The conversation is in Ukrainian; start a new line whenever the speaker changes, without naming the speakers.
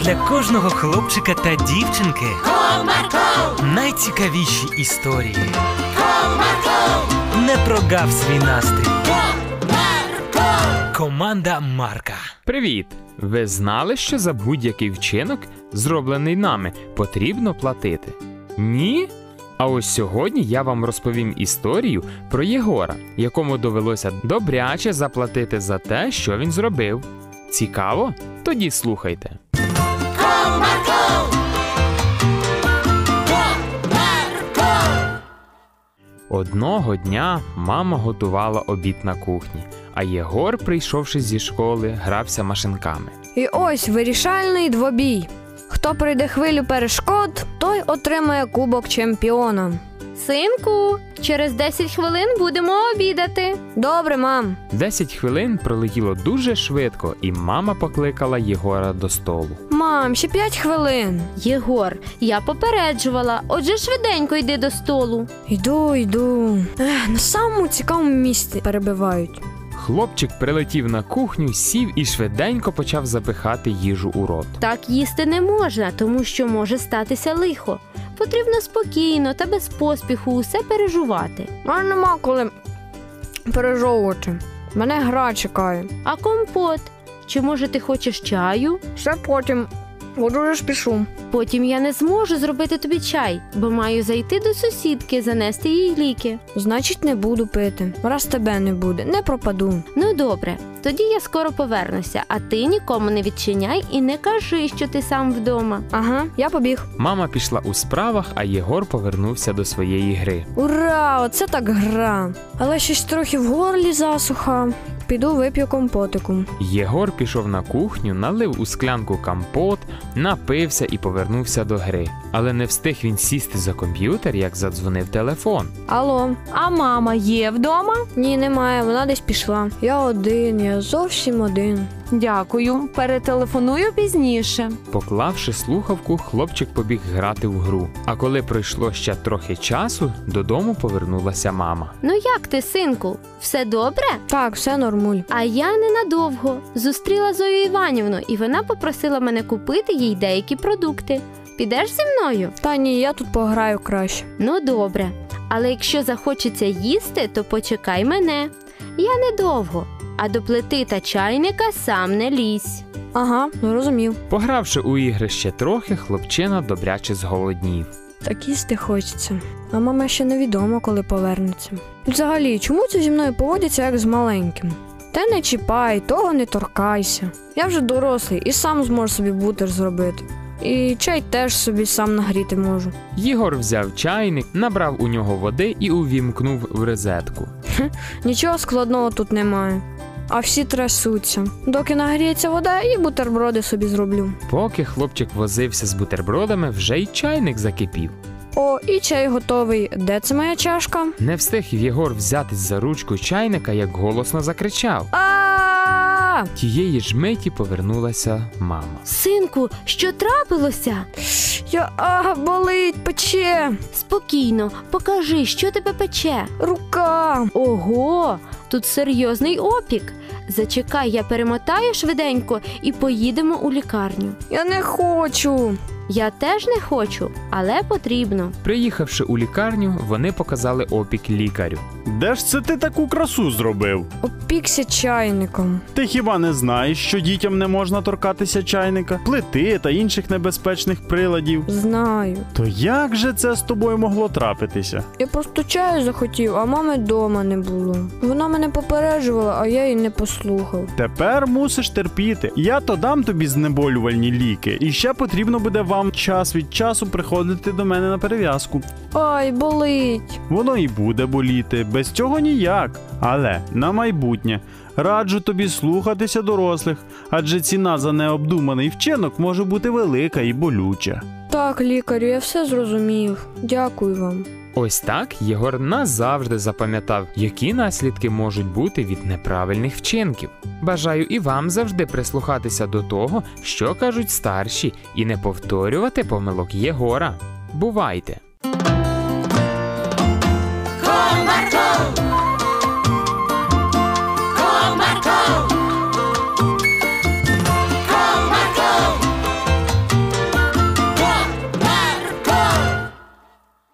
для кожного хлопчика та дівчинки
Comarco,
найцікавіші історії.
comarco,
Не прогав свій настрій.
comarco,
Команда Марка.
Привіт! Ви знали, що за будь-який вчинок, зроблений нами, потрібно платити? Ні? А ось сьогодні я вам розповім історію про Єгора, якому довелося добряче заплатити за те, що він зробив. Цікаво? Тоді слухайте.
comarco. Comarco,
Одного дня мама готувала обід на кухні, а Єгор, прийшовши зі школи, грався машинками.
І ось вирішальний двобій. Хто пройде хвилю перешкод, той отримає кубок чемпіона.
Синку, через 10 хвилин будемо обідати.
Добре, мам.
Десять хвилин пролетіло дуже швидко, і мама покликала Єгора до столу.
Мам, ще 5 хвилин.
Єгор, я попереджувала, отже швиденько йди до столу.
Йду, йду. Ех, на самому цікавому місці перебивають.
Хлопчик прилетів на кухню, сів і швиденько почав запихати їжу у рот.
Так їсти не можна, тому що може статися лихо. Потрібно спокійно та без поспіху усе переживати.
А нема коли пережовувати. Мене гра чекає.
А компот? Чи може ти хочеш чаю?
Все потім. Бо дуже спішу.
Потім я не зможу зробити тобі чай, бо маю зайти до сусідки, занести їй ліки.
Значить, не буду пити. Раз тебе не буде, не пропаду.
Ну добре, тоді я скоро повернуся, а ти нікому не відчиняй і не кажи, що ти сам вдома.
Ага, я побіг.
Мама пішла у справах, а Єгор повернувся до своєї гри.
Ура! Оце так гра. Але щось трохи в горлі засуха. Піду вип'ю компотику.
Єгор пішов на кухню, налив у склянку компот, напився і повернувся до гри. Але не встиг він сісти за комп'ютер, як задзвонив телефон.
Алло,
А мама є вдома?
ні, немає, вона десь пішла. Я один, я зовсім один.
Дякую, перетелефоную пізніше.
Поклавши слухавку, хлопчик побіг грати в гру. А коли пройшло ще трохи часу, додому повернулася мама.
Ну як ти, синку? Все добре?
Так, все нормуль.
А я ненадовго зустріла Зою Іванівну, і вона попросила мене купити їй деякі продукти. Підеш зі мною?
Та ні, я тут пограю краще.
Ну добре. Але якщо захочеться їсти, то почекай мене. Я недовго, а до плити та чайника сам не лізь.
Ага, ну, зрозумів.
Погравши у ігри ще трохи, хлопчина добряче зголоднів.
Так їсти хочеться. А мама ще невідомо, коли повернеться. Взагалі, чому це зі мною поводяться як з маленьким? Те не чіпай, того не торкайся. Я вже дорослий і сам зможу собі бутер зробити. І чай теж собі сам нагріти можу.
Ігор взяв чайник, набрав у нього води і увімкнув в розетку.
Нічого складного тут немає. А всі трясуться. Доки нагріється вода, і бутерброди собі зроблю.
Поки хлопчик возився з бутербродами, вже й чайник закипів.
О, і чай готовий. Де це моя чашка?
Не встиг Єгор взятись за ручку чайника, як голосно закричав.
А!
Тієї ж миті повернулася мама.
Синку, що трапилося?
Я а, болить, пече.
Спокійно, покажи, що тебе пече.
Рука.
Ого, тут серйозний опік. Зачекай, я перемотаю швиденько і поїдемо у лікарню.
Я не хочу.
Я теж не хочу, але потрібно.
Приїхавши у лікарню, вони показали опік лікарю.
Де ж це ти таку красу зробив?
Опікся чайником.
Ти хіба не знаєш, що дітям не можна торкатися чайника, плити та інших небезпечних приладів?
Знаю.
То як же це з тобою могло трапитися?
Я просто чаю захотів, а мами дома не було. Вона мене попереджувала, а я її не послухав.
Тепер мусиш терпіти. Я то дам тобі знеболювальні ліки, і ще потрібно буде вам час від часу приходити до мене на перев'язку.
Ай, болить.
Воно і буде боліти, без цього ніяк. Але на майбутнє раджу тобі слухатися дорослих, адже ціна за необдуманий вчинок може бути велика і болюча.
Так, лікарю, я все зрозумів. Дякую вам.
Ось так Єгор назавжди запам'ятав, які наслідки можуть бути від неправильних вчинків. Бажаю і вам завжди прислухатися до того, що кажуть старші, і не повторювати помилок Єгора. Бувайте!